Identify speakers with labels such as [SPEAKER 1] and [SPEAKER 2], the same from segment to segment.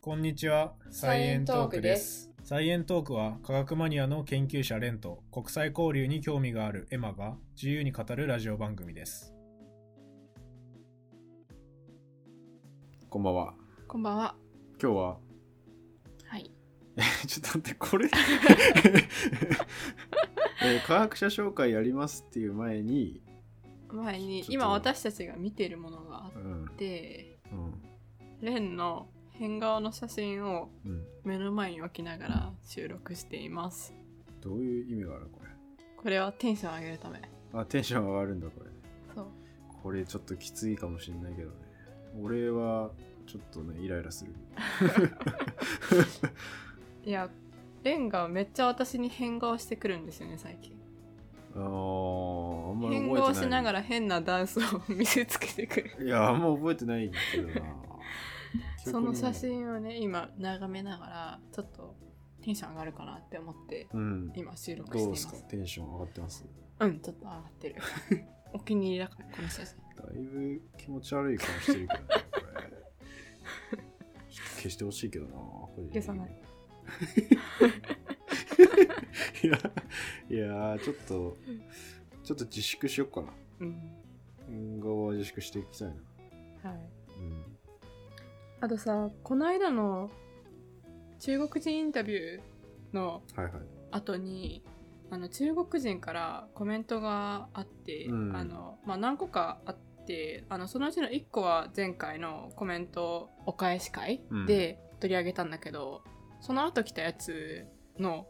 [SPEAKER 1] こんにちは、サイエントークです。サイエントークは科学マニアの研究者レンと国際交流に興味があるエマが自由に語るラジオ番組です。
[SPEAKER 2] こんばんは。
[SPEAKER 3] こんばんは。
[SPEAKER 2] 今日は、
[SPEAKER 3] はい。
[SPEAKER 2] ちょっと待って、これ、えー科学者紹介やりますっていう前に、
[SPEAKER 3] 前に
[SPEAKER 2] ちょっと
[SPEAKER 3] 今私たちが見ているものがあ
[SPEAKER 2] う
[SPEAKER 3] っ
[SPEAKER 2] ん、
[SPEAKER 3] て、
[SPEAKER 2] うん、
[SPEAKER 3] レンの変顔の写真を
[SPEAKER 2] うん。
[SPEAKER 3] 目の前に置きながら収録しています。
[SPEAKER 2] どういう意味があるこ
[SPEAKER 3] これはテンション上げるため。
[SPEAKER 2] れ。あ、テンション上がるんだ、これ。
[SPEAKER 3] そう。
[SPEAKER 2] これちょっときついかもしれないけどね。俺は、ちょっとね、イライラする。
[SPEAKER 3] いや、レンがめっちゃ私に変顔してくるんですよね、最近。
[SPEAKER 2] あー、あんまり覚えてない。
[SPEAKER 3] 変顔しながら変なダンスを見せつけてく る。
[SPEAKER 2] いや、あんま覚えてないけどな。記 憶
[SPEAKER 3] そ
[SPEAKER 2] に
[SPEAKER 3] の
[SPEAKER 2] も
[SPEAKER 3] 写。真をね、今眺めながら、ちょっとテンション上がるかなって思って、
[SPEAKER 2] うん。
[SPEAKER 3] 今収録して
[SPEAKER 2] ど
[SPEAKER 3] いうま
[SPEAKER 2] です
[SPEAKER 3] す
[SPEAKER 2] か。テンション上がってます
[SPEAKER 3] うん、ちょっと上が ってる。お気に入りだから、この写真。
[SPEAKER 2] だいぶ気持ち悪い顔してるけどね、これ。ちょっと消してほしいけどな、個人的に
[SPEAKER 3] 消さない
[SPEAKER 2] いや、いやーちょっと、ちょっと自粛しよっかな。
[SPEAKER 3] うん。
[SPEAKER 2] 変顔は自粛していきたいな。
[SPEAKER 3] はい。
[SPEAKER 2] うん。
[SPEAKER 3] あとさこの間の中国人インタビューの
[SPEAKER 2] はいはい。
[SPEAKER 3] 後にあの中国人からコメントがあって、
[SPEAKER 2] うん
[SPEAKER 3] あのまあ、何個かあってあのそのうちの1個は前回のコメントお返し会
[SPEAKER 2] うん
[SPEAKER 3] で取り上げたんだけど、その後来たやつの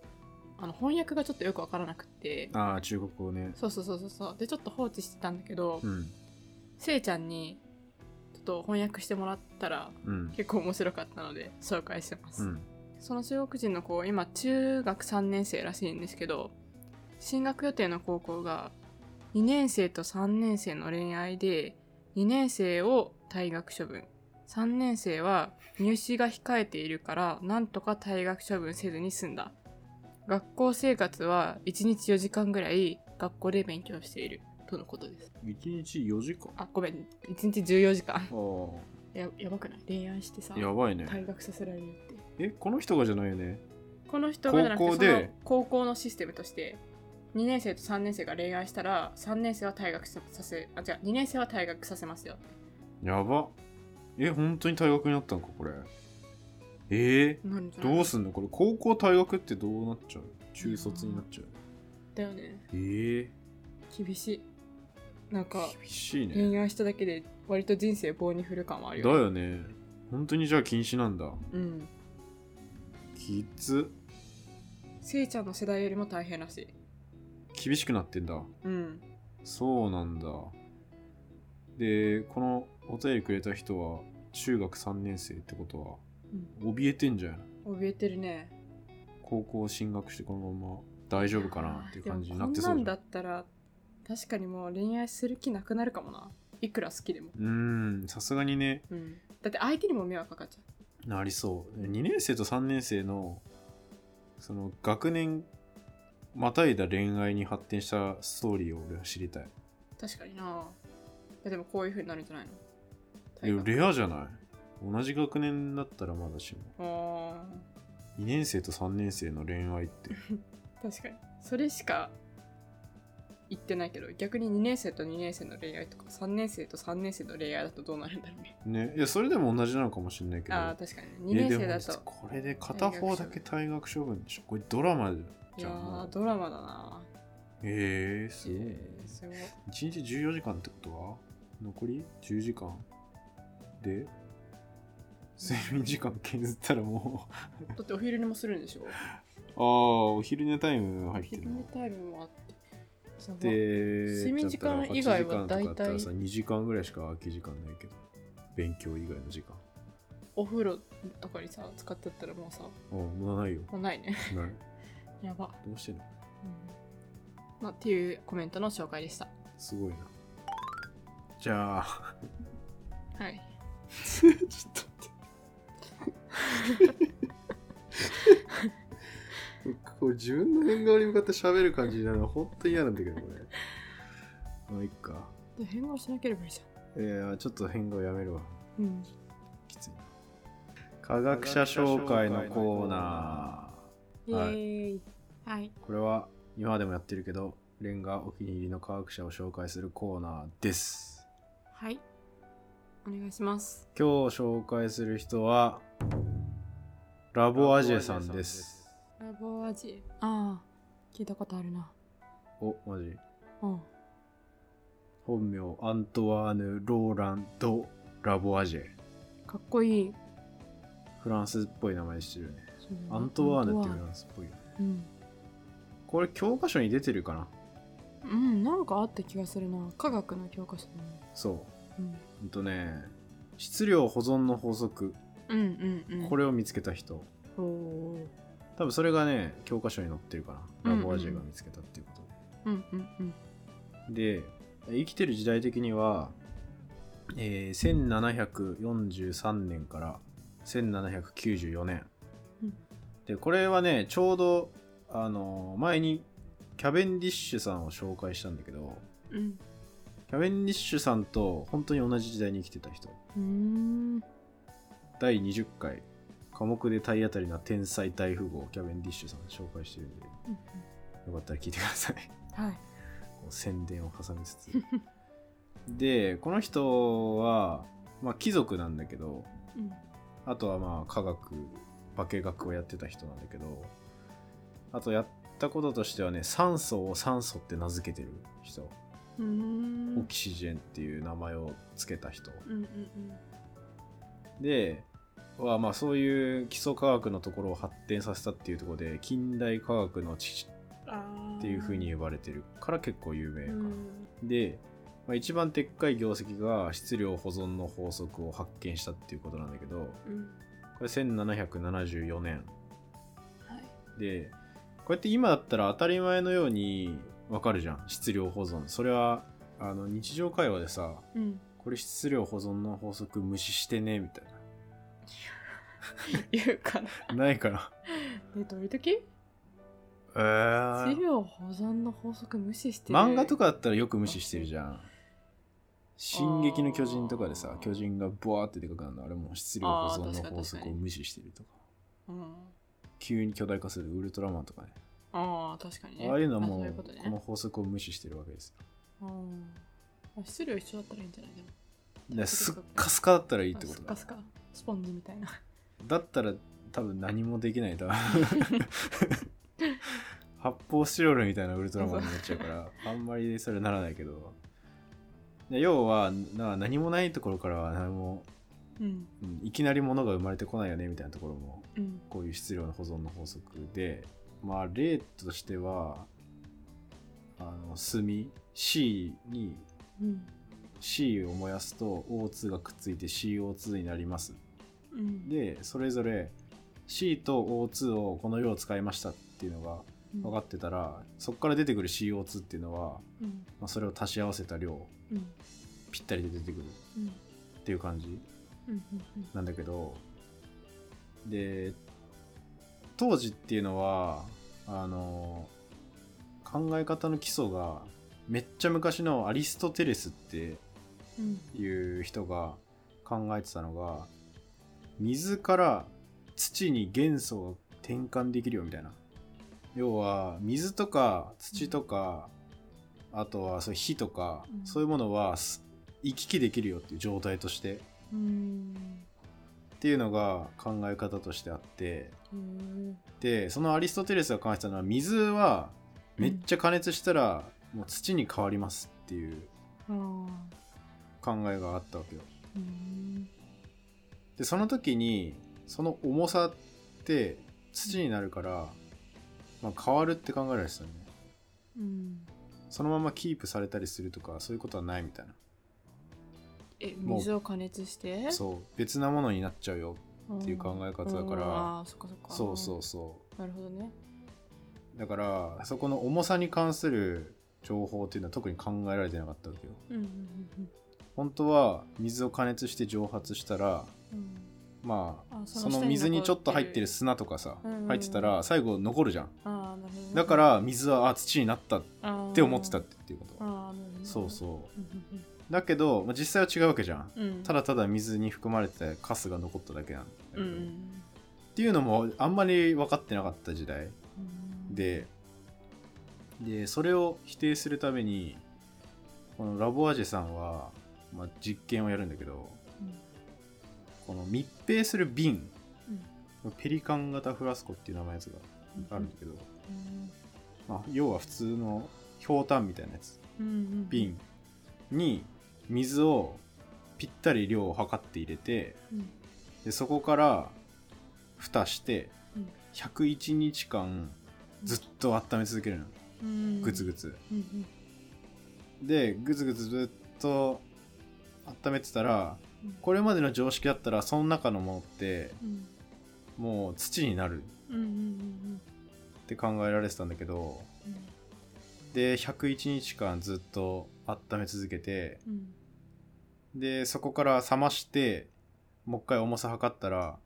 [SPEAKER 3] あの翻訳がちょっとよく分からなくて
[SPEAKER 2] ああ、中国語ね。
[SPEAKER 3] そうそうそうそうそうでちょっと放置してたんだけど、
[SPEAKER 2] うん。
[SPEAKER 3] せいちゃんにちょっと翻訳してもらったら
[SPEAKER 2] うん。
[SPEAKER 3] 結構面白かったので紹介してます、
[SPEAKER 2] うん。
[SPEAKER 3] その中国人の子今中学3年生らしいんですけど進学予定の高校が2年生と3年生の恋愛で2年生を退学処分3年生は入試が控えているからなんとか退学処分せずに済んだ学校生活は1日4時間ぐらい学校で勉強しているとのことです
[SPEAKER 2] 1日4時間。あ
[SPEAKER 3] あごめん1日14時間
[SPEAKER 2] あ
[SPEAKER 3] ややばくない恋愛してさ
[SPEAKER 2] ー、やばいね。
[SPEAKER 3] 退学させられるって
[SPEAKER 2] え、この人がじゃないよね。
[SPEAKER 3] この人がじゃな
[SPEAKER 2] 高校
[SPEAKER 3] くて高校
[SPEAKER 2] で
[SPEAKER 3] その高校のシステムとして2年生と3年生が恋愛したら3年生は退学させあ違う2年生は退学させますよ
[SPEAKER 2] やば。え、本当に退学になったのか、これ。ええー。
[SPEAKER 3] なるんじゃない
[SPEAKER 2] どうすんのこれ高校退学ってどうなっちゃう中卒になっちゃう
[SPEAKER 3] だよね
[SPEAKER 2] ええ
[SPEAKER 3] 厳しいなんか
[SPEAKER 2] 厳しいね
[SPEAKER 3] 恋愛しただけで割と人生棒に振る感は
[SPEAKER 2] だ
[SPEAKER 3] あるよね
[SPEAKER 2] よね本当にじゃあ禁止なんだ
[SPEAKER 3] うん
[SPEAKER 2] きつ
[SPEAKER 3] せいちゃんの世代よりも大変らしい
[SPEAKER 2] 厳しくなってんだ
[SPEAKER 3] うん
[SPEAKER 2] そうなんだでこのお便りくれた人は中学3年生ってことは怯えてんじゃん
[SPEAKER 3] 怯えてるね
[SPEAKER 2] 高校進学してこのまま大丈夫かなっていう感じになっ
[SPEAKER 3] い
[SPEAKER 2] て
[SPEAKER 3] や
[SPEAKER 2] そ
[SPEAKER 3] こん
[SPEAKER 2] う
[SPEAKER 3] なん
[SPEAKER 2] じゃ
[SPEAKER 3] だ
[SPEAKER 2] んう
[SPEAKER 3] ったら確かにもう恋愛する気なくなるかもないくら好きでも
[SPEAKER 2] ーんさすがにね
[SPEAKER 3] うんだって相手にも迷惑かかっちゃ
[SPEAKER 2] なりそう2年生と3年生のその学年またいだ恋愛に発展したストーリーを俺は知りたいう
[SPEAKER 3] 確かにないやでもこういう風になるんじゃないの
[SPEAKER 2] いやレアじゃない同じ学年だったらまだしも
[SPEAKER 3] あ
[SPEAKER 2] 2年生と3年生の恋愛って
[SPEAKER 3] ー確かにそれしか言ってないけど逆に2年生と2年生の恋愛とか3年生と3年生の恋愛だとどうなるんだろうね
[SPEAKER 2] ねいやそれでも同じなのかもしれないけど
[SPEAKER 3] ああ確かに
[SPEAKER 2] い
[SPEAKER 3] 2
[SPEAKER 2] や
[SPEAKER 3] 年
[SPEAKER 2] でも
[SPEAKER 3] 生だと
[SPEAKER 2] これで片方だけ退学処分でしょこれドラマ
[SPEAKER 3] い
[SPEAKER 2] じ
[SPEAKER 3] や
[SPEAKER 2] ゃんも
[SPEAKER 3] ー
[SPEAKER 2] う
[SPEAKER 3] ドラマだな
[SPEAKER 2] ええすごい
[SPEAKER 3] すごい
[SPEAKER 2] 1日14時間ってことは残り10時間で睡眠時間削ったらもう
[SPEAKER 3] だってお昼寝もするんでしょ
[SPEAKER 2] ああお昼寝タイム
[SPEAKER 3] お
[SPEAKER 2] 入って
[SPEAKER 3] 昼
[SPEAKER 2] る
[SPEAKER 3] 寝
[SPEAKER 2] の
[SPEAKER 3] タイムもあってすごい
[SPEAKER 2] で
[SPEAKER 3] 睡眠時間以外は大
[SPEAKER 2] 8時間とかあっ
[SPEAKER 3] 体
[SPEAKER 2] たらさ2時間ぐらいしか空き時間ないけど勉強以外の時間
[SPEAKER 3] お風呂とかにさ使ってったらもうさも
[SPEAKER 2] ああもうないよ
[SPEAKER 3] うないね
[SPEAKER 2] ない
[SPEAKER 3] やば、
[SPEAKER 2] どうしてんの
[SPEAKER 3] うんまあ、っていうコメントの紹介でした
[SPEAKER 2] すごいなじゃあ
[SPEAKER 3] はい
[SPEAKER 2] ちょっと待ってこれ自分の変顔に向かって喋る感じになるのは本当に嫌なんだ けどこれまあいっか
[SPEAKER 3] で変顔しなければいいじ
[SPEAKER 2] いやちょっと変顔やめるわ
[SPEAKER 3] ゃん、うん
[SPEAKER 2] きついな科学者紹介のコーナ
[SPEAKER 3] イエーイ。はい。
[SPEAKER 2] ーこれは今までもやってるけどレンがお気に入りの科学者を紹介するコーナーです
[SPEAKER 3] はい。お願いします。
[SPEAKER 2] 今日紹介する人はラボアジェさんです
[SPEAKER 3] ラボアジエ。ああ、聞いたことあるな。
[SPEAKER 2] おマジ
[SPEAKER 3] うん。
[SPEAKER 2] 本名アントワーヌ・ローランド・ラボアジェ
[SPEAKER 3] かっこいい。
[SPEAKER 2] フランスっぽい名前してるよねアントワーヌっていうフランスっぽいよね
[SPEAKER 3] うん。
[SPEAKER 2] これ教科書に出てるかな
[SPEAKER 3] うん、なんかあった気がするな。科学の教科書だね。
[SPEAKER 2] そう
[SPEAKER 3] うん。
[SPEAKER 2] ほんとね質量保存の法則
[SPEAKER 3] うんうんうん。
[SPEAKER 2] こ
[SPEAKER 3] れ。
[SPEAKER 2] れを見つけた人、
[SPEAKER 3] おお。
[SPEAKER 2] 多分それがね教科書に載ってるか
[SPEAKER 3] うん
[SPEAKER 2] な
[SPEAKER 3] う
[SPEAKER 2] ラ
[SPEAKER 3] ん
[SPEAKER 2] ボアジェが見つけたっていうことで、
[SPEAKER 3] うんうんうん。
[SPEAKER 2] で生きてる時代的には、えー1743年から1794年、
[SPEAKER 3] うん
[SPEAKER 2] でこれはねちょうどあの前にキャベンディッシュさんを紹介したんだけど
[SPEAKER 3] うん。
[SPEAKER 2] キャベンディッシュさんと本当に同じ時代に生きてた人
[SPEAKER 3] うーん。
[SPEAKER 2] 第20回科目で体当たりな天才大富豪キャベンディッシュさん紹介してるんで
[SPEAKER 3] うん
[SPEAKER 2] よかったら聞いてください
[SPEAKER 3] うんはい。
[SPEAKER 2] こう宣伝を挟みつ つでこの人は、まあ、貴族なんだけど
[SPEAKER 3] うん。
[SPEAKER 2] あとはまあ科学化学をやってた人なんだけどあとやったこととしてはね酸素を酸素って名付けてる人、
[SPEAKER 3] うーん。
[SPEAKER 2] オキシジェンっていう名前を付けた人
[SPEAKER 3] うんうん
[SPEAKER 2] ではまあそういう基礎科学のところを発展させたっていうところで近代科学の父
[SPEAKER 3] うん。ああ。
[SPEAKER 2] っていうふうに呼ばれてるから結構有名
[SPEAKER 3] う
[SPEAKER 2] かな。
[SPEAKER 3] ん。
[SPEAKER 2] で、まあ、一番でっかい業績が質量保存の法則を発見したっていうことなんだけど
[SPEAKER 3] うん。
[SPEAKER 2] これ1774年
[SPEAKER 3] はい。
[SPEAKER 2] でこうやって今だったら当たり前のようにわかるじゃん質量保存それはあの日常会話でさ
[SPEAKER 3] うん。
[SPEAKER 2] これ質量保存の法則無視してねみたい
[SPEAKER 3] 言うかな。
[SPEAKER 2] なないかな
[SPEAKER 3] え、どういう時
[SPEAKER 2] え
[SPEAKER 3] 資料保存の法則無視してる
[SPEAKER 2] 漫画とかだったらよく無視してるじゃん進撃の巨人とかでさ巨人がボワーってでかくなるのあれもう質量保存の法則を無視してるとか
[SPEAKER 3] うん
[SPEAKER 2] 急に巨大化するウルトラマンとかね
[SPEAKER 3] ああ確かにね
[SPEAKER 2] ああいうのはも
[SPEAKER 3] そういううこ
[SPEAKER 2] こと
[SPEAKER 3] ね
[SPEAKER 2] の法則を無視してるわけですよ
[SPEAKER 3] うんあ質量一緒だったらいいんじゃないでも
[SPEAKER 2] だからすっかすかだったらいいってこ
[SPEAKER 3] あ
[SPEAKER 2] と
[SPEAKER 3] スカ
[SPEAKER 2] だ
[SPEAKER 3] スカスポンジみたいな
[SPEAKER 2] だったら多分何もできない だ発泡スチロールみたいなウルトラマンになっちゃうからあんまりそれならないけどで要はな何もないところからは何も、
[SPEAKER 3] うん
[SPEAKER 2] うんいきなり物が生まれてこないよねみたいなところも
[SPEAKER 3] うん
[SPEAKER 2] こういう質量の保存の法則でまあ例としてはあの炭 C に
[SPEAKER 3] うん
[SPEAKER 2] C を燃やすと O2 がくっついて CO2 になります
[SPEAKER 3] うん
[SPEAKER 2] でそれぞれ C と O2 をこの量使いましたっていうのが分かってたらそこから出てくる CO2 っていうのは、
[SPEAKER 3] うん
[SPEAKER 2] まあ、それを足し合わせた量
[SPEAKER 3] うん
[SPEAKER 2] ぴったりで出てくる
[SPEAKER 3] うん
[SPEAKER 2] っていう感じ
[SPEAKER 3] うんうんうん
[SPEAKER 2] なんだけどで当時っていうのはあの考え方の基礎がめっちゃ昔のアリストテレスって
[SPEAKER 3] うん
[SPEAKER 2] いう人が考えてたのが水から土に元素を転換できるよみたいな要は水とか土とか、あとはそういう火とか、
[SPEAKER 3] うん
[SPEAKER 2] そういうものはす行き来できるよっていう状態として
[SPEAKER 3] うん
[SPEAKER 2] っていうのが考え方としてあって
[SPEAKER 3] うん
[SPEAKER 2] でそのアリストテレスが考えてたのは水はめっちゃ加熱したらもう土に変わりますっていう
[SPEAKER 3] ああ
[SPEAKER 2] 考えがあったわけよ
[SPEAKER 3] うん
[SPEAKER 2] でその時にその重さって土になるから、まあ、変わるって考えられてたよね
[SPEAKER 3] うん
[SPEAKER 2] そのままキープされたりするとかそういうことはないみたい
[SPEAKER 3] え
[SPEAKER 2] もう
[SPEAKER 3] 水を加熱して
[SPEAKER 2] なそう別なものになっちゃうよ
[SPEAKER 3] うん
[SPEAKER 2] っていう考え方だから
[SPEAKER 3] うんああそっかそっか
[SPEAKER 2] そうそうそ
[SPEAKER 3] なるほどね
[SPEAKER 2] うだからそこの重さに関する情報っていうのは特に考えられてなかったわけよ
[SPEAKER 3] うんうんうん
[SPEAKER 2] 本当は水を加熱して蒸発したら
[SPEAKER 3] うん
[SPEAKER 2] まあ
[SPEAKER 3] あそ
[SPEAKER 2] その
[SPEAKER 3] の下に
[SPEAKER 2] 水にちょっと入って
[SPEAKER 3] 残って
[SPEAKER 2] る
[SPEAKER 3] る
[SPEAKER 2] 砂とかさ
[SPEAKER 3] うん
[SPEAKER 2] 入ってたら最後残るじゃん
[SPEAKER 3] ああなるほどね
[SPEAKER 2] だから水はあ土になったっ
[SPEAKER 3] って
[SPEAKER 2] 思ってたっていうこと
[SPEAKER 3] あーなるほどね
[SPEAKER 2] そうそう
[SPEAKER 3] うんうん
[SPEAKER 2] だけど、まあ、実際は違うわけじゃん
[SPEAKER 3] うん
[SPEAKER 2] ただただ水に含まれてカスが残っただけなんだけど、
[SPEAKER 3] うんう
[SPEAKER 2] っ
[SPEAKER 3] ん
[SPEAKER 2] ていうのもあんまり分かってなかった時代
[SPEAKER 3] うん
[SPEAKER 2] ででそれを否定するためにこのラボアジェさんは、まあ、実験をやるんだけど
[SPEAKER 3] うん
[SPEAKER 2] この密閉する瓶
[SPEAKER 3] うん
[SPEAKER 2] ペリカン型フラスコっていう名前のやつがあるんだけど、
[SPEAKER 3] うん
[SPEAKER 2] まあ、要は普通のひょうたんみたいなやつ
[SPEAKER 3] うんうん
[SPEAKER 2] 瓶に水をぴったり量を測って入れて
[SPEAKER 3] うん
[SPEAKER 2] でそこから蓋して
[SPEAKER 3] うん
[SPEAKER 2] 101日間ずっと温め続けるの
[SPEAKER 3] うん
[SPEAKER 2] グツグツ
[SPEAKER 3] うんうん
[SPEAKER 2] でグツグツずっと温めてたら
[SPEAKER 3] うん
[SPEAKER 2] これまでの常識だったらその中のものって
[SPEAKER 3] うん
[SPEAKER 2] もう土になる
[SPEAKER 3] うんうんうん
[SPEAKER 2] って考えられてたんだけどで101日間ずっと温め続けて
[SPEAKER 3] うんうん
[SPEAKER 2] でそこから冷ましてもう一回重さ測ったら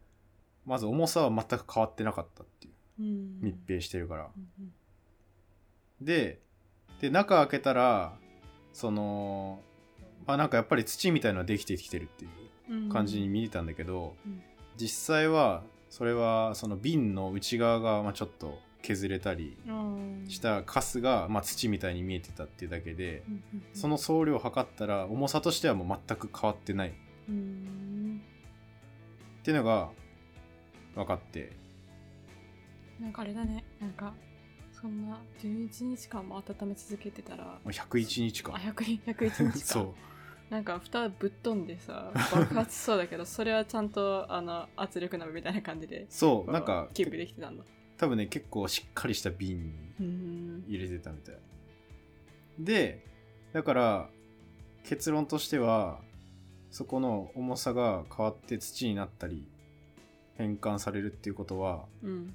[SPEAKER 2] まず重さは全く変わってなかったっていう
[SPEAKER 3] うん
[SPEAKER 2] 密閉してるから、
[SPEAKER 3] うんうん
[SPEAKER 2] でで中開けたらそのまあなんかやっぱり土みたいのはできてきてるっていう
[SPEAKER 3] うん
[SPEAKER 2] 感じに見えたんだけど、
[SPEAKER 3] うん
[SPEAKER 2] 実際はそれはその瓶の内側がまあちょっと削れたり
[SPEAKER 3] うん
[SPEAKER 2] したカスがまあ土みたいに見えてたっていうだけで
[SPEAKER 3] うんうんうん
[SPEAKER 2] その総量を測ったら重さとしてはもう全く変わってないっ
[SPEAKER 3] うん
[SPEAKER 2] ていうのが分かって
[SPEAKER 3] なんかあれだねなんかそんな11日間も温め続けてたら
[SPEAKER 2] まあ101日か
[SPEAKER 3] あ100 101 日間
[SPEAKER 2] そう
[SPEAKER 3] なんか蓋ぶっ飛んでさ爆発しそうだけどそれはちゃんとあの圧力鍋みたいな感じで
[SPEAKER 2] そう
[SPEAKER 3] こう
[SPEAKER 2] なんか
[SPEAKER 3] キープできてたんだ
[SPEAKER 2] 多分ね結構しっかりした瓶に
[SPEAKER 3] うん
[SPEAKER 2] 入れてたみたいでだから結論としてはそこの重さが変わって土になったり変換されるっていうことは
[SPEAKER 3] うん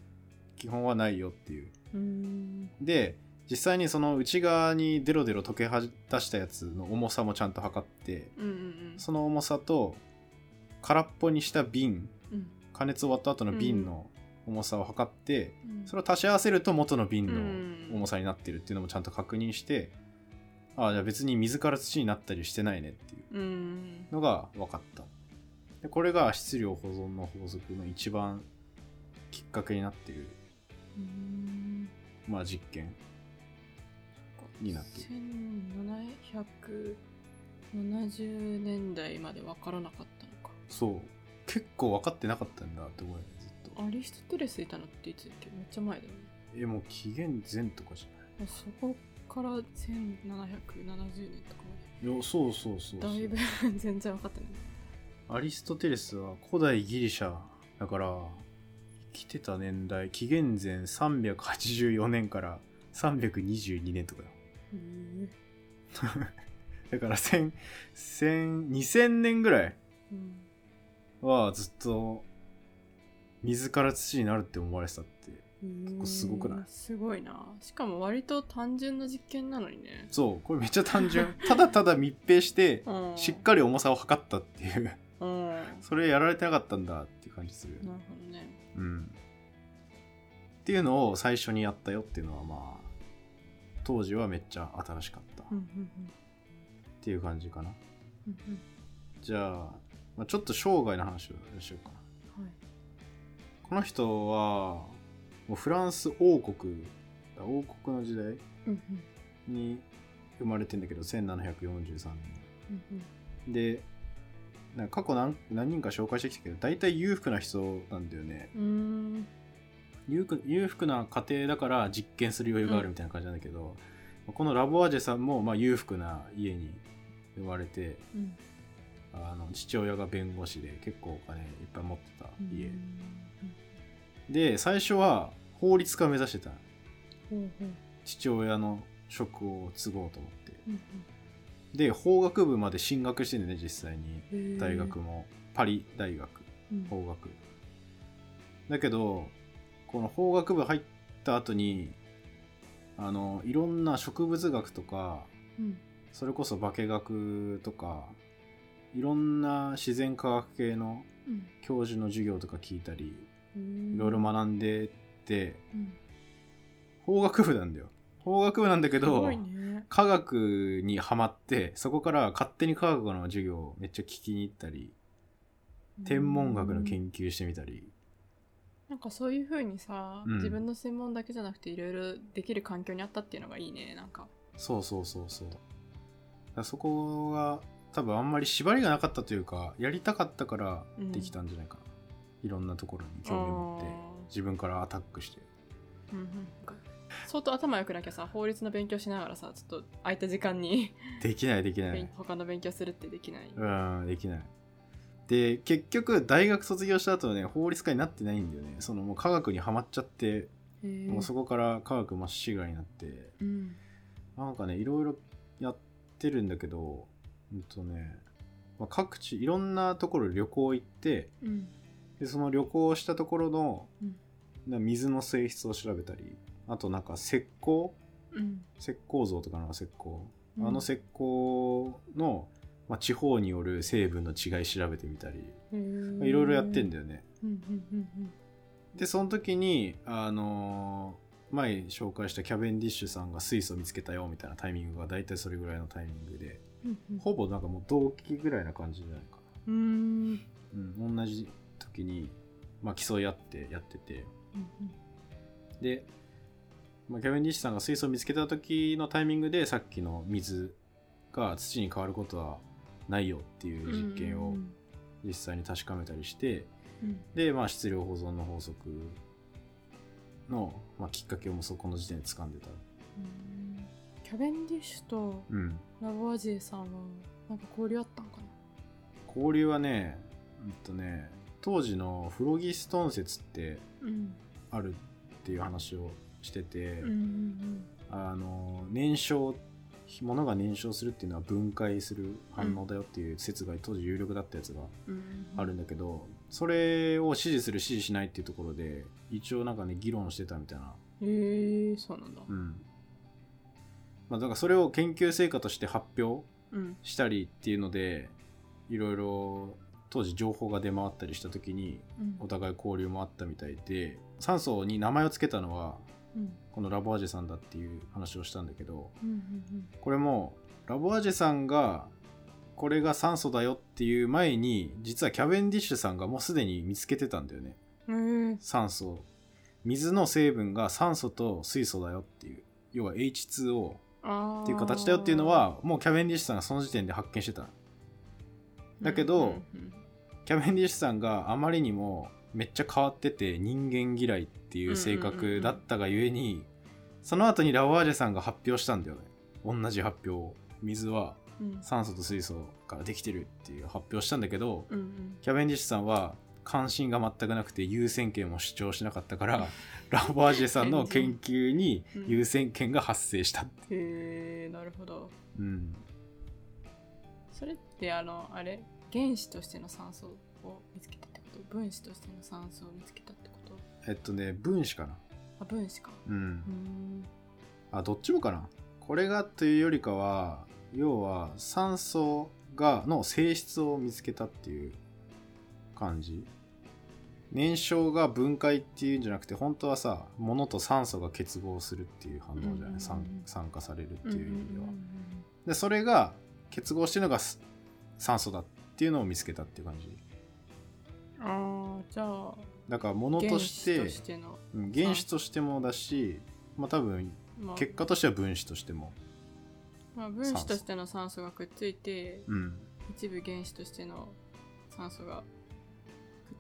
[SPEAKER 2] 基本はないよっていう
[SPEAKER 3] うん
[SPEAKER 2] で実際にその内側にデロデロ溶けは出したやつの重さもちゃんと測って
[SPEAKER 3] うんうん
[SPEAKER 2] その重さと空っぽにした瓶
[SPEAKER 3] うん
[SPEAKER 2] 加熱終わった後の瓶の重さを測って、
[SPEAKER 3] うん
[SPEAKER 2] それを足し合わせると元の瓶
[SPEAKER 3] う
[SPEAKER 2] の
[SPEAKER 3] ん
[SPEAKER 2] 重さになってるっていうのもちゃんと確認して、ああじゃあ別に水から土になったりしてないねっていう
[SPEAKER 3] うん
[SPEAKER 2] のが分かったでこれが質量保存の法則の一番きっかけになってる、
[SPEAKER 3] うん
[SPEAKER 2] まあ、実験になってる
[SPEAKER 3] 1770年代まで分からなかったのか
[SPEAKER 2] そう結構分かってなかったんだって思うよねずっと
[SPEAKER 3] アリストテレスいたのっていつだっけめっちゃ前だよね
[SPEAKER 2] えもう紀元前とかじゃ
[SPEAKER 3] もうそこから1770年とか
[SPEAKER 2] ないいやそうそうそう
[SPEAKER 3] までだいぶ 全然分かってない
[SPEAKER 2] アリストテレスは古代ギリシャだから生きてた年代紀元前384年から322年とかだ
[SPEAKER 3] うん
[SPEAKER 2] だから1000 1000 2000年ぐらい
[SPEAKER 3] うん
[SPEAKER 2] はずっと水から土になるって思われてたって
[SPEAKER 3] 結
[SPEAKER 2] 構すごくない
[SPEAKER 3] すごいなしかも割と単純な実験なのにね
[SPEAKER 2] そうこれめっちゃ単純ただただ密閉して
[SPEAKER 3] うん
[SPEAKER 2] しっかり重さを測ったっていう
[SPEAKER 3] うんなる
[SPEAKER 2] それやられてなかったんだっていう感じする
[SPEAKER 3] ほどね
[SPEAKER 2] うんっていうのを最初にやったよっていうのはまあ当時はめっちゃ新しかった
[SPEAKER 3] う
[SPEAKER 2] っ
[SPEAKER 3] んうん
[SPEAKER 2] ていう感じかな、
[SPEAKER 3] うんうん
[SPEAKER 2] じゃあ,、まあちょっと生涯の話をしようかな
[SPEAKER 3] うんはい
[SPEAKER 2] この人はもうフランス王国王国の時代
[SPEAKER 3] うんうん
[SPEAKER 2] に生まれてんだけど1743
[SPEAKER 3] うんうん
[SPEAKER 2] 年でなんか過去何何人か紹介してきたけど大体裕福な人なんだよね
[SPEAKER 3] うーん
[SPEAKER 2] 裕福裕福な家庭だから実験する余裕があるみたいな感じなんだけど、このラボアジェさんもまあ裕福な家に生まれて
[SPEAKER 3] うん
[SPEAKER 2] あの父親が弁護士で結構お金いっぱい持ってた家、で最初は法律家目指してたの
[SPEAKER 3] うんうんほうほう
[SPEAKER 2] 父親の職を継ごうと思って
[SPEAKER 3] うん
[SPEAKER 2] で法学部まで進学してんだよね実際に
[SPEAKER 3] うんへー
[SPEAKER 2] 大学もパリ大学
[SPEAKER 3] うん
[SPEAKER 2] 法学だけどこの法学部入った後にあのいろんな植物学とか
[SPEAKER 3] うん
[SPEAKER 2] それこそ化学とかいろんな自然科学系の
[SPEAKER 3] うん
[SPEAKER 2] 教授の授業とか聞いたり
[SPEAKER 3] うん
[SPEAKER 2] いろいろ学んでって
[SPEAKER 3] うん
[SPEAKER 2] 法学部なんだよ法学部なんだけ
[SPEAKER 3] す
[SPEAKER 2] ど
[SPEAKER 3] ごい、ね。
[SPEAKER 2] 科学にはまって、そこから勝手に科学の授業をめっちゃ聞きに行ったり、天文学の
[SPEAKER 3] 究。
[SPEAKER 2] 研究してみたり、
[SPEAKER 3] なんかそういうふうにさ、
[SPEAKER 2] うん
[SPEAKER 3] 自分の専門だけじゃなくていろいろできる環境にあったっていうのがいいね。なんか。
[SPEAKER 2] そうそうそうそう。だからそこが多分あんまり縛りがなかったというか、やりたかったからできたんじゃないかな。いろんなところに興味を持って、自分からアタックして。
[SPEAKER 3] あーうんうん相当頭良くなきゃさ、法律の勉強しながらさ、ちょっと空いた時間に、
[SPEAKER 2] できないできない
[SPEAKER 3] 勉。他の勉強するってできない。
[SPEAKER 2] うん、できない。で、結局大学卒業した後ね、法律家になってないんだよね。そのもう科学にはまっちゃって、
[SPEAKER 3] へー
[SPEAKER 2] もうそこから科学まっしぐらになって、
[SPEAKER 3] うん
[SPEAKER 2] なんかね、いろいろやってるんだけど、うんとね、まあ、各地、いろんなところ旅行行って、
[SPEAKER 3] うん
[SPEAKER 2] でその旅行したところの、
[SPEAKER 3] うん
[SPEAKER 2] な水の性質を調べたりあとなんか石膏
[SPEAKER 3] うん
[SPEAKER 2] 石膏像とかの石膏、
[SPEAKER 3] うん
[SPEAKER 2] あの石膏の、まあ、地方による成分の違い調べてみたりまあいろいろやってんだよね
[SPEAKER 3] うんうんうん
[SPEAKER 2] でその時にあのー前紹介したキャベンディッシュさんが水素見つけたよみたいなタイミングが大体それぐらいのタイミングで
[SPEAKER 3] うんうん
[SPEAKER 2] ほぼなんかもう同期ぐらいな感じじゃないか
[SPEAKER 3] うーん
[SPEAKER 2] な、うん、同じ時に、まあ、競い合ってやってて
[SPEAKER 3] うん
[SPEAKER 2] で、まあ、キャベンディッシュさんが水素を見つけた時のタイミングでさっきの水が土に変わることはないよっていううん実験
[SPEAKER 3] う
[SPEAKER 2] を
[SPEAKER 3] ん
[SPEAKER 2] 実際に確かめたりして、
[SPEAKER 3] うん
[SPEAKER 2] で、まあ、質量保存の法則の、まあ、きっかけをもうそこの時点で掴んでた。
[SPEAKER 3] うんキャベンディッシュと
[SPEAKER 2] うん。
[SPEAKER 3] ラボアジエさんはなんか交流あったんかな
[SPEAKER 2] 交流はね、うんとね、当時のフロギストン説って
[SPEAKER 3] うん
[SPEAKER 2] あるっていう話をしてて、
[SPEAKER 3] うんうん
[SPEAKER 2] あの燃焼物が燃焼するっていうのは分解する反応だよっていう説が当時有力だったやつが
[SPEAKER 3] うん
[SPEAKER 2] あるんだけど、それを支持する支持しないっていうところで一応なんかね議論してたみたいな
[SPEAKER 3] へえそうなんだ
[SPEAKER 2] うんまあだからそれを研究成果として発表
[SPEAKER 3] うん
[SPEAKER 2] したりっていうのでいろいろ当時情報が出回ったりした時に
[SPEAKER 3] うん
[SPEAKER 2] お互い交流もあったみたいで酸素に名前を付けたのは
[SPEAKER 3] うん
[SPEAKER 2] このラボアジェさんだっていう話をしたんだけど
[SPEAKER 3] うんうん
[SPEAKER 2] これもラボアジェさんがこれが酸素だよっていう前に実はキャベンディッシュさんがもうすでに見つけてたんだよね
[SPEAKER 3] うんへえ
[SPEAKER 2] 酸素を水の成分が酸素と水素だよっていう要は H2O
[SPEAKER 3] あー
[SPEAKER 2] っていう形だよっていうのはもうキャベンディッシュさんがその時点で発見してただけど
[SPEAKER 3] うんうん
[SPEAKER 2] キャベンディッシュさんがあまりにもめっちゃ変わってて人間嫌いっていう性格だったがゆえにその後にラボアジェさんが発表したんだよね同じ発表を水は
[SPEAKER 3] うんうん
[SPEAKER 2] 酸素と水素からできてるっていう発表したんだけど、
[SPEAKER 3] うんうん
[SPEAKER 2] キャベンディッシュさんは関心が全くなくて優先権を主張しなかったからラボアジェさんの研究に優先権が発生したって、
[SPEAKER 3] へえなるほど
[SPEAKER 2] うん、
[SPEAKER 3] それってあのあれ原子としての酸素を見つけたってこと分子としての酸素を見つけたってこと
[SPEAKER 2] えっとね分子かな
[SPEAKER 3] あ分子か
[SPEAKER 2] うん
[SPEAKER 3] うーん
[SPEAKER 2] あどっちもかなこれがというよりかは要は酸素がの性質を見つけたっていう感じ燃焼が分解っていうんじゃなくて本当はさ物と酸素が結合するっていう反応じゃ
[SPEAKER 3] うんうん
[SPEAKER 2] な
[SPEAKER 3] う
[SPEAKER 2] い、
[SPEAKER 3] ん
[SPEAKER 2] 酸酸化されるって
[SPEAKER 3] うんう
[SPEAKER 2] い
[SPEAKER 3] ん
[SPEAKER 2] う意味では、
[SPEAKER 3] うん
[SPEAKER 2] でそれが結合してるのがす酸素だっていうのを見つけたっていう感じ
[SPEAKER 3] うんあーじゃあ
[SPEAKER 2] だから物として
[SPEAKER 3] 原子としての、
[SPEAKER 2] うん原子としてもだしまあ多分
[SPEAKER 3] まあ
[SPEAKER 2] 結果としては分子としても
[SPEAKER 3] まあ、分子としての酸素がくっついて
[SPEAKER 2] うん
[SPEAKER 3] 一部原子としての酸素がくっ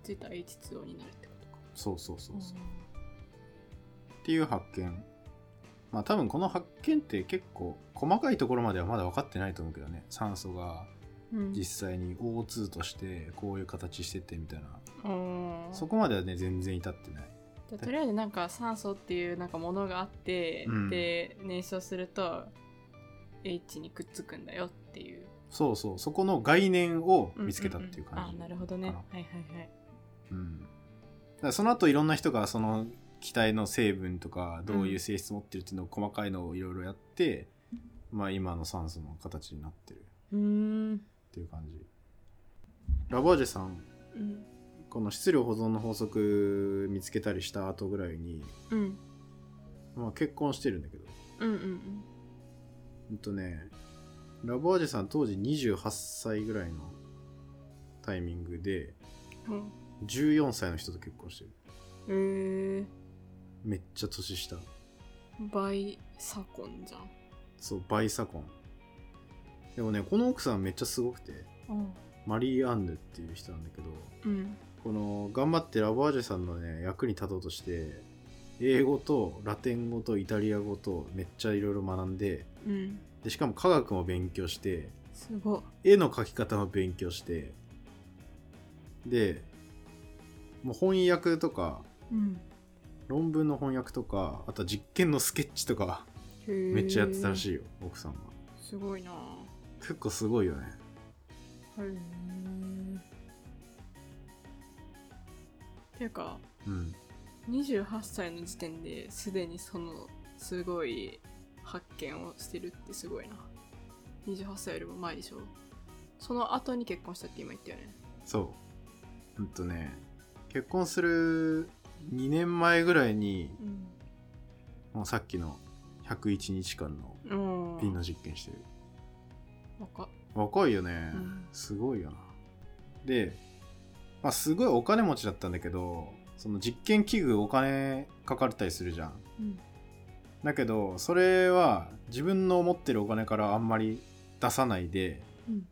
[SPEAKER 3] ついた H2O になるってことか
[SPEAKER 2] そうそうそうそう、
[SPEAKER 3] う
[SPEAKER 2] っていう発見まあ多分この発見って結構細かいところまではまだ分かってないと思うけどね酸素が
[SPEAKER 3] ん
[SPEAKER 2] 実際に O2 としてこういう形しててみたいな、
[SPEAKER 3] うん
[SPEAKER 2] そこまではね全然至ってない
[SPEAKER 3] じゃあとりあえずなんか酸素っていうなんかものがあって、
[SPEAKER 2] うん
[SPEAKER 3] で燃焼すると H にくっつくんだよっていう
[SPEAKER 2] そうそうそこの概念を見つけたっていう感じ、
[SPEAKER 3] んんんあなるほどね
[SPEAKER 2] か
[SPEAKER 3] はい
[SPEAKER 2] な
[SPEAKER 3] はいはい
[SPEAKER 2] うん、だからその後いろんな人がその機体の成分とかどういう性質持ってるっていうのを細かいのをいろいろやって、まあ今の酸素の形になってる
[SPEAKER 3] うーん
[SPEAKER 2] っていう感じラボージェさん
[SPEAKER 3] うん
[SPEAKER 2] この質量保存の法則見つけたりした後ぐらいに、
[SPEAKER 3] うん
[SPEAKER 2] まあ、結婚してるんだけど
[SPEAKER 3] うんうん
[SPEAKER 2] ほんとねラボアジさん当時28歳ぐらいのタイミングで
[SPEAKER 3] うんうん
[SPEAKER 2] 14歳の人と結婚してる
[SPEAKER 3] えー、
[SPEAKER 2] めっちゃ年下
[SPEAKER 3] 倍左近じゃん
[SPEAKER 2] そうバイサコンでもねこの奥さんめっちゃすごくて
[SPEAKER 3] うん
[SPEAKER 2] マリー・アンヌっていう人なんだけど
[SPEAKER 3] うん
[SPEAKER 2] この頑張ってラボアジェさんのね役に立とうとして英語とラテン語とイタリア語とめっちゃいろいろ学んで
[SPEAKER 3] うん
[SPEAKER 2] でしかも科学も勉強して
[SPEAKER 3] すごい
[SPEAKER 2] 絵の描き方も勉強してでもう翻訳とか
[SPEAKER 3] うん
[SPEAKER 2] 論文の翻訳とかあと実験のスケッチとかめっちゃやってたら
[SPEAKER 3] い
[SPEAKER 2] しいよ奥さんは
[SPEAKER 3] すごいな
[SPEAKER 2] 結構すごいよね
[SPEAKER 3] へーていうか
[SPEAKER 2] うん
[SPEAKER 3] 28歳の時点ですでにそのすごい発見をしてるってすごいな28歳よりも前でしょその後に結婚したって今言ったよね
[SPEAKER 2] そうほんとね結婚する2年前ぐらいに
[SPEAKER 3] うん
[SPEAKER 2] もうさっきの101日間の
[SPEAKER 3] うん
[SPEAKER 2] ピンの実験してる。
[SPEAKER 3] 若っ
[SPEAKER 2] 若いよね
[SPEAKER 3] うん。
[SPEAKER 2] すごいよな。で、まあ、すごいお金持ちだったんだけど、その実験器具お金かかったりするじゃん。
[SPEAKER 3] うん
[SPEAKER 2] だけど、それは自分の持ってるお金からあんまり出さないで、
[SPEAKER 3] うん
[SPEAKER 2] こ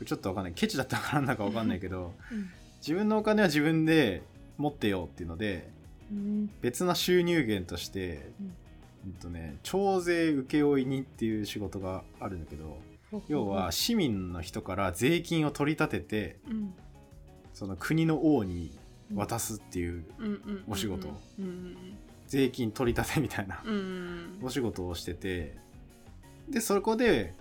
[SPEAKER 2] れちょっとわかんない。ケチだったかなんだかわかんないけ ど、
[SPEAKER 3] うん
[SPEAKER 2] 自分のお金は自分で持ってよっていうので、
[SPEAKER 3] うん
[SPEAKER 2] 別な収入源として、
[SPEAKER 3] うん
[SPEAKER 2] うんとね、徴税請負人っていう仕事があるんだけど要は市民の人から税金を取り立てて
[SPEAKER 3] うん
[SPEAKER 2] その国の王に渡すっていう
[SPEAKER 3] うんうんうん
[SPEAKER 2] お仕事
[SPEAKER 3] うん
[SPEAKER 2] 税金取り立てみたいな
[SPEAKER 3] うんうん
[SPEAKER 2] お仕事をしててでそこで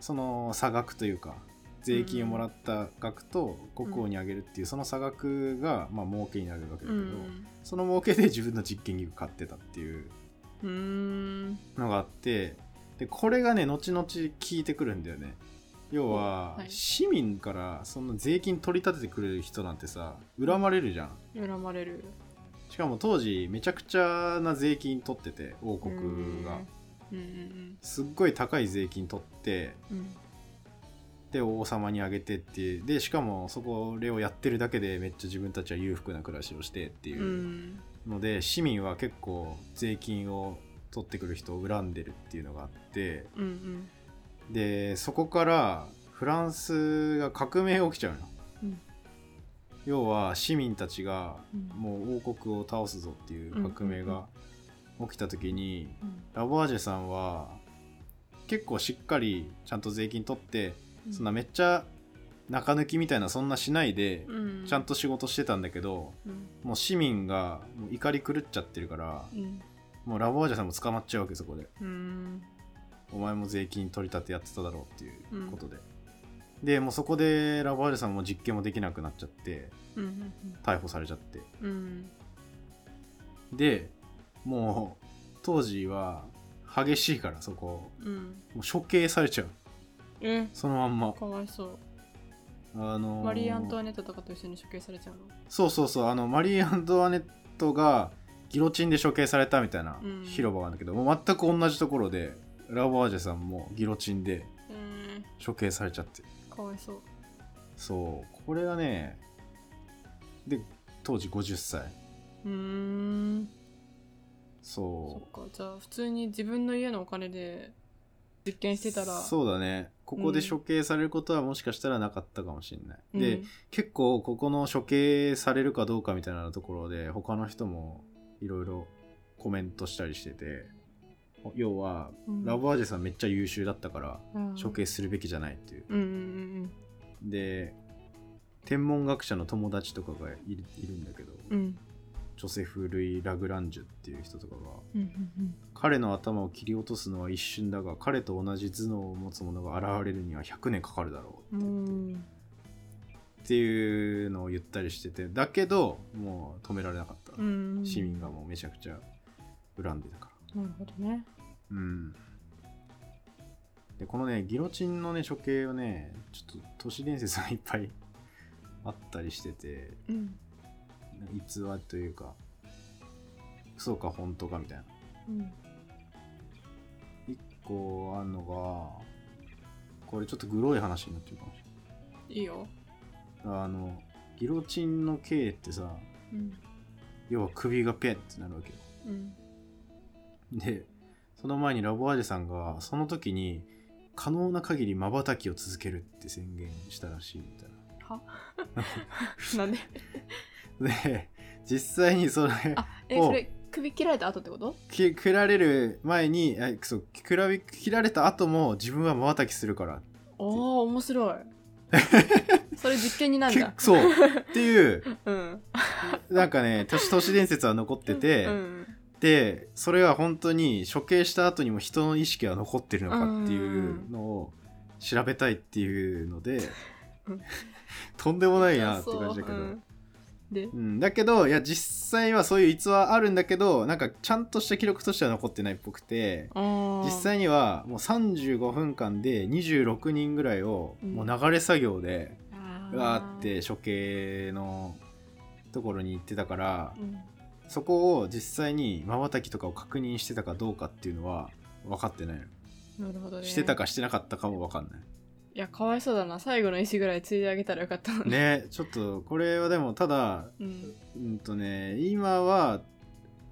[SPEAKER 2] その差額というか税金をもらった額と国王にあげるっていうその差額がまあ儲けになるわけだけ
[SPEAKER 3] う
[SPEAKER 2] ど、
[SPEAKER 3] ん
[SPEAKER 2] その儲けで自分の実験器具買ってたっていう
[SPEAKER 3] うん
[SPEAKER 2] のがあってでこれがね後々効いてくるんだよね要は、
[SPEAKER 3] はい
[SPEAKER 2] 市民からその税金取り立ててくれる人なんてさ恨まれるじゃん
[SPEAKER 3] 恨まれる
[SPEAKER 2] しかも当時めちゃくちゃな税金取ってて王国が
[SPEAKER 3] うんうん
[SPEAKER 2] すっごい高い税金取って
[SPEAKER 3] うんうん
[SPEAKER 2] で王様にあげてっていうでしかもそこれをやってるだけでめっちゃ自分たちは裕福な暮らしをしてって
[SPEAKER 3] う
[SPEAKER 2] いうんので、市民は結構税金を取ってくる人を恨んでるっていうのがあって
[SPEAKER 3] うんうん
[SPEAKER 2] でそこからフランスが革命が起きちゃうの、
[SPEAKER 3] うん
[SPEAKER 2] 要は市民たちが
[SPEAKER 3] うん
[SPEAKER 2] もう王国を倒すぞっていう革命が起きた時に、
[SPEAKER 3] うん
[SPEAKER 2] ラボアジェさんは結構しっかりちゃんと税金取ってそんなめっちゃ中抜きみたいなそんなしないで
[SPEAKER 3] うん
[SPEAKER 2] ちゃんと仕事してたんだけど
[SPEAKER 3] うん
[SPEAKER 2] もう市民がもう怒り狂っちゃってるから
[SPEAKER 3] うん
[SPEAKER 2] もうラボアジェさんも捕まっちゃうわけそこで
[SPEAKER 3] うん
[SPEAKER 2] お前も税金取り立てやってただろうっていうことで、でもうそこでラバールさんも実験もできなくなっちゃって
[SPEAKER 3] うんうん
[SPEAKER 2] 逮捕されちゃって
[SPEAKER 3] うん
[SPEAKER 2] でもう当時は激しいからそこ
[SPEAKER 3] うん
[SPEAKER 2] もう処刑されちゃう
[SPEAKER 3] え
[SPEAKER 2] そのまんま
[SPEAKER 3] かわいそう
[SPEAKER 2] あのー
[SPEAKER 3] マリー・アントワネットとかと一緒に処刑されちゃうの
[SPEAKER 2] そうそうそうあのマリー・アントワネットがギロチンで処刑されたみたいな
[SPEAKER 3] うん
[SPEAKER 2] 広場があるんだけど、もう全く同じところでラボアジェさんもギロチンで
[SPEAKER 3] え
[SPEAKER 2] 処刑されちゃって
[SPEAKER 3] ー、かわいそう
[SPEAKER 2] そうこれがねで当時50歳
[SPEAKER 3] うーんそ
[SPEAKER 2] そ
[SPEAKER 3] っかじゃあ普通に自分の家のお金で実験
[SPEAKER 2] う
[SPEAKER 3] してたらう
[SPEAKER 2] そうだねここで処刑されることはもしかしたらなかったかもしれない、
[SPEAKER 3] ん
[SPEAKER 2] で結構ここの処刑されるかどうかみたいなところで他の人もいろいろコメントしたりしてて要は
[SPEAKER 3] うん
[SPEAKER 2] ラボアジェさんめっちゃ優秀だったから
[SPEAKER 3] うん
[SPEAKER 2] 処刑するべきじゃないっていう
[SPEAKER 3] うんうん
[SPEAKER 2] で天文学者の友達とかがいるいるんだけど、
[SPEAKER 3] うんうん
[SPEAKER 2] ジョセフ・ルイ・ラグランジュっていう人とかが
[SPEAKER 3] うんうんうん
[SPEAKER 2] 彼の頭を切り落とすのは一瞬だが彼と同じ頭脳を持つ者が現れるには100年かかるだろう
[SPEAKER 3] う
[SPEAKER 2] って,、
[SPEAKER 3] ん
[SPEAKER 2] っていうのを言ったりしててだけどもう止められなかった、
[SPEAKER 3] うん
[SPEAKER 2] 市民がもうめちゃくちゃ恨んでたから
[SPEAKER 3] なるほどね
[SPEAKER 2] うんでこのねギロチンのね処刑をねちょっと都市伝説がいっぱいあったりしてて
[SPEAKER 3] うん
[SPEAKER 2] 逸話というか嘘か本当かみたいな
[SPEAKER 3] うん
[SPEAKER 2] 個あんのがこれちょっとグロい話になってるかもし
[SPEAKER 3] いいよ。
[SPEAKER 2] れないあのギロチンの刑ってさ
[SPEAKER 3] うん。
[SPEAKER 2] 要は首がペンってなるわけよ
[SPEAKER 3] うん。
[SPEAKER 2] でその前にラボアジェさんがその時に可能な限り瞬きを続けるって宣言したらしいみたいな
[SPEAKER 3] な んで
[SPEAKER 2] で実際にそれ
[SPEAKER 3] あえ、
[SPEAKER 2] お
[SPEAKER 3] それ首切られた後ってこと
[SPEAKER 2] き切られる前にあそう切られ切られた後も自分は瞬きするから
[SPEAKER 3] ああ、面 白い。それ実験になるん
[SPEAKER 2] け
[SPEAKER 3] だ。
[SPEAKER 2] そうっていう
[SPEAKER 3] うん。
[SPEAKER 2] なんかね都市都市伝説は残ってて、
[SPEAKER 3] うん。
[SPEAKER 2] でそれは本当に処刑した後にも人の意識は残ってるのかっていうのを調べたいっていうので、
[SPEAKER 3] うん
[SPEAKER 2] とんでもないなって
[SPEAKER 3] そう
[SPEAKER 2] 感じだけど。
[SPEAKER 3] うんで
[SPEAKER 2] う、ん、だけどいや実際はそういう逸話あるんだけどなんかちゃんとした記録としては残ってないっぽくて
[SPEAKER 3] 実
[SPEAKER 2] 実際にはもう35分間で26人ぐらいを
[SPEAKER 3] うん
[SPEAKER 2] もう流れ作業で
[SPEAKER 3] あー
[SPEAKER 2] わーって処刑のところに行ってたから
[SPEAKER 3] うん
[SPEAKER 2] そこを実際にまばたきとかを確認してたかどうかっていうのは分かってないの
[SPEAKER 3] なるほどね
[SPEAKER 2] してたかしてなかったかも分かんない
[SPEAKER 3] いやかわいそうだな最後の石ぐらいついであげたらよかったのに
[SPEAKER 2] ねちょっとこれはでもただ
[SPEAKER 3] うん
[SPEAKER 2] うんとね今は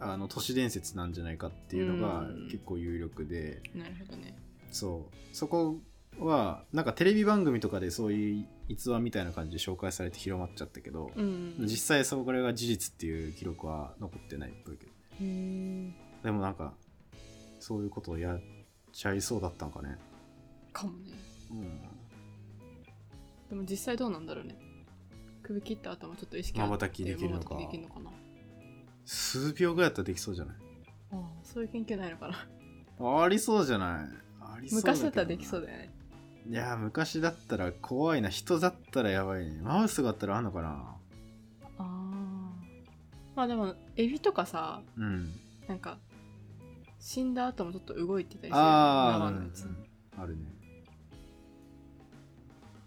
[SPEAKER 2] あの都市伝説なんじゃないかっていうのが
[SPEAKER 3] うん
[SPEAKER 2] 結構有力で、
[SPEAKER 3] なるほどね
[SPEAKER 2] そうそこはなんかテレビ番組とかでそういう逸話みたいな感じで紹介されて広まっちゃったけど、
[SPEAKER 3] うん
[SPEAKER 2] 実際そうこれが事実っていう記録は残ってないっぽいけど
[SPEAKER 3] へー
[SPEAKER 2] でもなんかそういうことをやっちゃいそうだったのかね、
[SPEAKER 3] かもね
[SPEAKER 2] うん、
[SPEAKER 3] でも実際どうなんだろうね首切った後もちょっと意識
[SPEAKER 2] 瞬きできるのか
[SPEAKER 3] 瞬きできるのかな
[SPEAKER 2] 数秒ぐらいだったらできそうじゃない
[SPEAKER 3] ああそういう研究ないのかな
[SPEAKER 2] ありそうじゃないありそうけどな
[SPEAKER 3] 昔だったらできそうだよね
[SPEAKER 2] いやー昔だったら怖いな人だったらやばいねマウスがあったらあんのかな
[SPEAKER 3] ああまあでもエビとかさ
[SPEAKER 2] うん
[SPEAKER 3] なんか死んだ後もちょっと動いてたりするよね
[SPEAKER 2] ああ
[SPEAKER 3] 生のやつ
[SPEAKER 2] あるね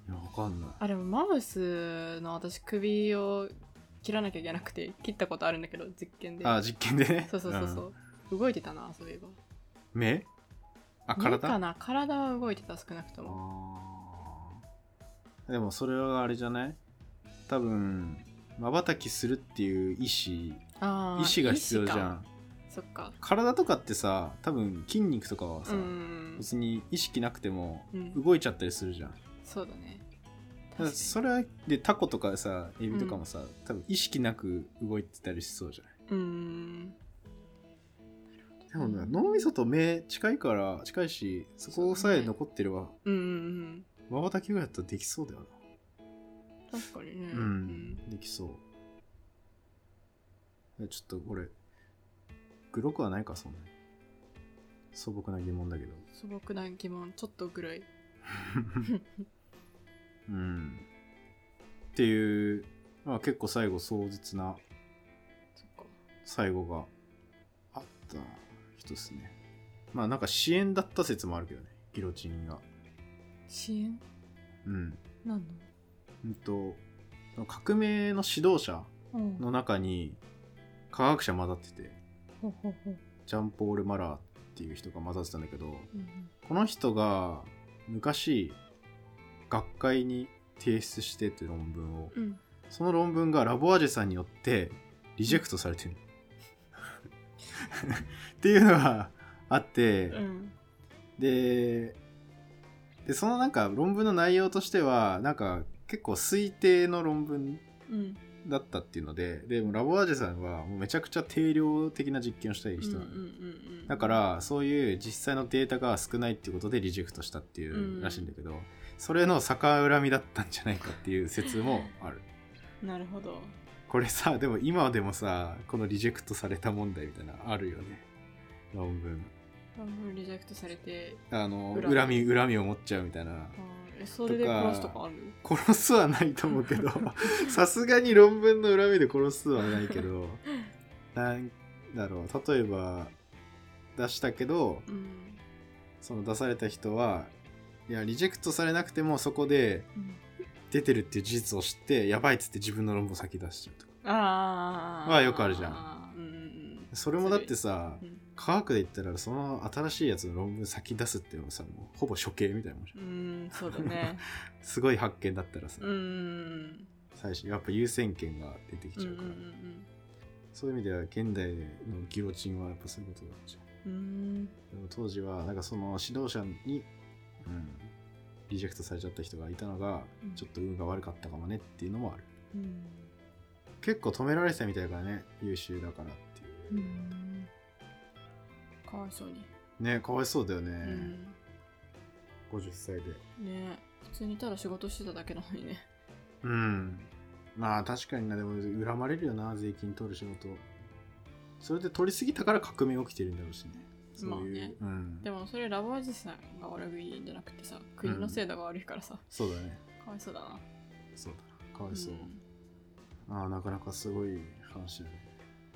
[SPEAKER 2] いやわかんない
[SPEAKER 3] あでもマウスの私首を切らなきゃいけなくて切ったことあるんだけど実験で
[SPEAKER 2] あー実験でね、
[SPEAKER 3] そうそうそうそううん動いてたなそういえば
[SPEAKER 2] 目あ体
[SPEAKER 3] 目かな体は動いてた少なくとも
[SPEAKER 2] あーでもそれはあれじゃない多分まばたきするっていう意思
[SPEAKER 3] あ
[SPEAKER 2] 意
[SPEAKER 3] ー
[SPEAKER 2] 思が必要
[SPEAKER 3] 意
[SPEAKER 2] じ
[SPEAKER 3] 思
[SPEAKER 2] ゃ
[SPEAKER 3] か
[SPEAKER 2] ん
[SPEAKER 3] そっか
[SPEAKER 2] 体とかってさ多分筋肉とかは
[SPEAKER 3] う
[SPEAKER 2] さ、
[SPEAKER 3] ん
[SPEAKER 2] 別に意識なくても
[SPEAKER 3] うん
[SPEAKER 2] 動いちゃったりするじゃん
[SPEAKER 3] そうだね
[SPEAKER 2] だからそれはでタコとかさエビとかもさ、多分意識なく動いてたりしそうじゃない
[SPEAKER 3] うん
[SPEAKER 2] でもね、
[SPEAKER 3] うん
[SPEAKER 2] 脳みそと目近いから近いしそこさえ残ってれば
[SPEAKER 3] うんうん
[SPEAKER 2] まばたきぐらいだったらできそうだよな
[SPEAKER 3] 確かにね
[SPEAKER 2] うん、できそういやちょっとこれグロくはないかそんなに素朴な疑問だけど
[SPEAKER 3] 素朴な疑問ちょっとぐらい
[SPEAKER 2] うんっていう、まあ、結構最後壮絶な
[SPEAKER 3] そっか
[SPEAKER 2] 最後があった人ですねまあなんか支援だった説もあるけどねギロチンが
[SPEAKER 3] 支援
[SPEAKER 2] うん
[SPEAKER 3] なんの
[SPEAKER 2] うんと革命の指導者
[SPEAKER 3] うん
[SPEAKER 2] の中に科学者混ざってて
[SPEAKER 3] ほうほうほう
[SPEAKER 2] ジャンポール・マラーっていう人が混ざってたんだけど
[SPEAKER 3] うんうん
[SPEAKER 2] この人が昔学会に提出してって論文を
[SPEAKER 3] うん
[SPEAKER 2] その論文がラボアジェさんによってリジェクトされてる っていうのがあって、
[SPEAKER 3] うん
[SPEAKER 2] ででそのなんか論文の内容としてはなんか結構推定の論文
[SPEAKER 3] うん
[SPEAKER 2] だったっていうのででもラボアジェさんはもうめちゃくちゃ定量的な実験をしたい人なの、
[SPEAKER 3] うん
[SPEAKER 2] だからそういう実際のデータが少ないっていうことでリジェクトしたっていうらしいんだけど、それの逆恨みだったんじゃないかっていう説もある
[SPEAKER 3] なるほど
[SPEAKER 2] これさでも今でもさこのリジェクトされた問題みたいなのあるよね論文
[SPEAKER 3] 半分リジェクトされて
[SPEAKER 2] あの
[SPEAKER 3] 恨み
[SPEAKER 2] 恨み恨みを持っちゃうみたいな
[SPEAKER 3] あーえそれで殺すとかある
[SPEAKER 2] 殺すはないと思う けどさすがに論文の恨みで殺すはないけどなんだろう例えば出したけど
[SPEAKER 3] うん
[SPEAKER 2] その出された人はいやリジェクトされなくてもそこで
[SPEAKER 3] うん
[SPEAKER 2] 出てるっていう事実を知ってやばいっつって自分の論文を先出しちゃうとか
[SPEAKER 3] ああ
[SPEAKER 2] はよくあるじゃん
[SPEAKER 3] うんうん
[SPEAKER 2] それもだってさ
[SPEAKER 3] うん
[SPEAKER 2] 科学で言ったらその新しいやつの論文先出すっていうのはさもうほぼ処刑みたいなもんじゃん
[SPEAKER 3] うんそうだ ね
[SPEAKER 2] すごい発見だったらさ、
[SPEAKER 3] うん
[SPEAKER 2] 最初やっぱ優先権が出てき
[SPEAKER 3] う
[SPEAKER 2] ち
[SPEAKER 3] んうんう
[SPEAKER 2] ゃうから、
[SPEAKER 3] ん
[SPEAKER 2] そういう意味では現代のギロチンはやっぱそういうことなんじゃん
[SPEAKER 3] うんうん
[SPEAKER 2] でも当時はなんかその指導者に、うん、リジェクトされちゃった人がいたのが
[SPEAKER 3] うん
[SPEAKER 2] ちょっと運が悪かったかもねっていうのもある
[SPEAKER 3] うん
[SPEAKER 2] 結構止められてたみたいだからね優秀だからっていう
[SPEAKER 3] う、んかわいそうに、
[SPEAKER 2] ねかわいそうだよ
[SPEAKER 3] う
[SPEAKER 2] ね、
[SPEAKER 3] ん
[SPEAKER 2] 50歳で
[SPEAKER 3] ね普通にいたら仕事してただけなのにね
[SPEAKER 2] うんまあ確かになでも恨まれるよな税金取る仕事それで取りすぎたから革命起きてるんだろうしねそういう、うん
[SPEAKER 3] でもそれラボおじさんが悪いんじゃなくてさ国の制度が悪いからさ、
[SPEAKER 2] そうだね
[SPEAKER 3] かわいそうだな
[SPEAKER 2] そうだなかわいそう、
[SPEAKER 3] ん
[SPEAKER 2] ああなかなかすごい話だね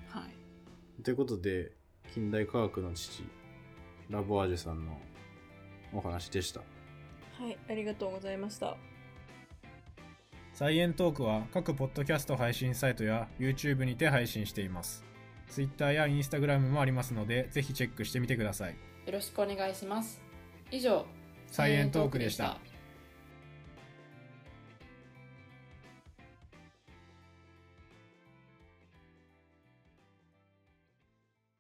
[SPEAKER 3] はい
[SPEAKER 2] ということで近代科学の父ラボアジュさんのお話でした
[SPEAKER 3] はい、ありがとうございました。
[SPEAKER 1] サイエントークは各ポッドキャスト配信サイトや YouTube にて配信しています。Twitter や Instagram もありますので、ぜひチェックしてみてください。
[SPEAKER 3] よろしくお願いします。以上、
[SPEAKER 1] サイエントークでした。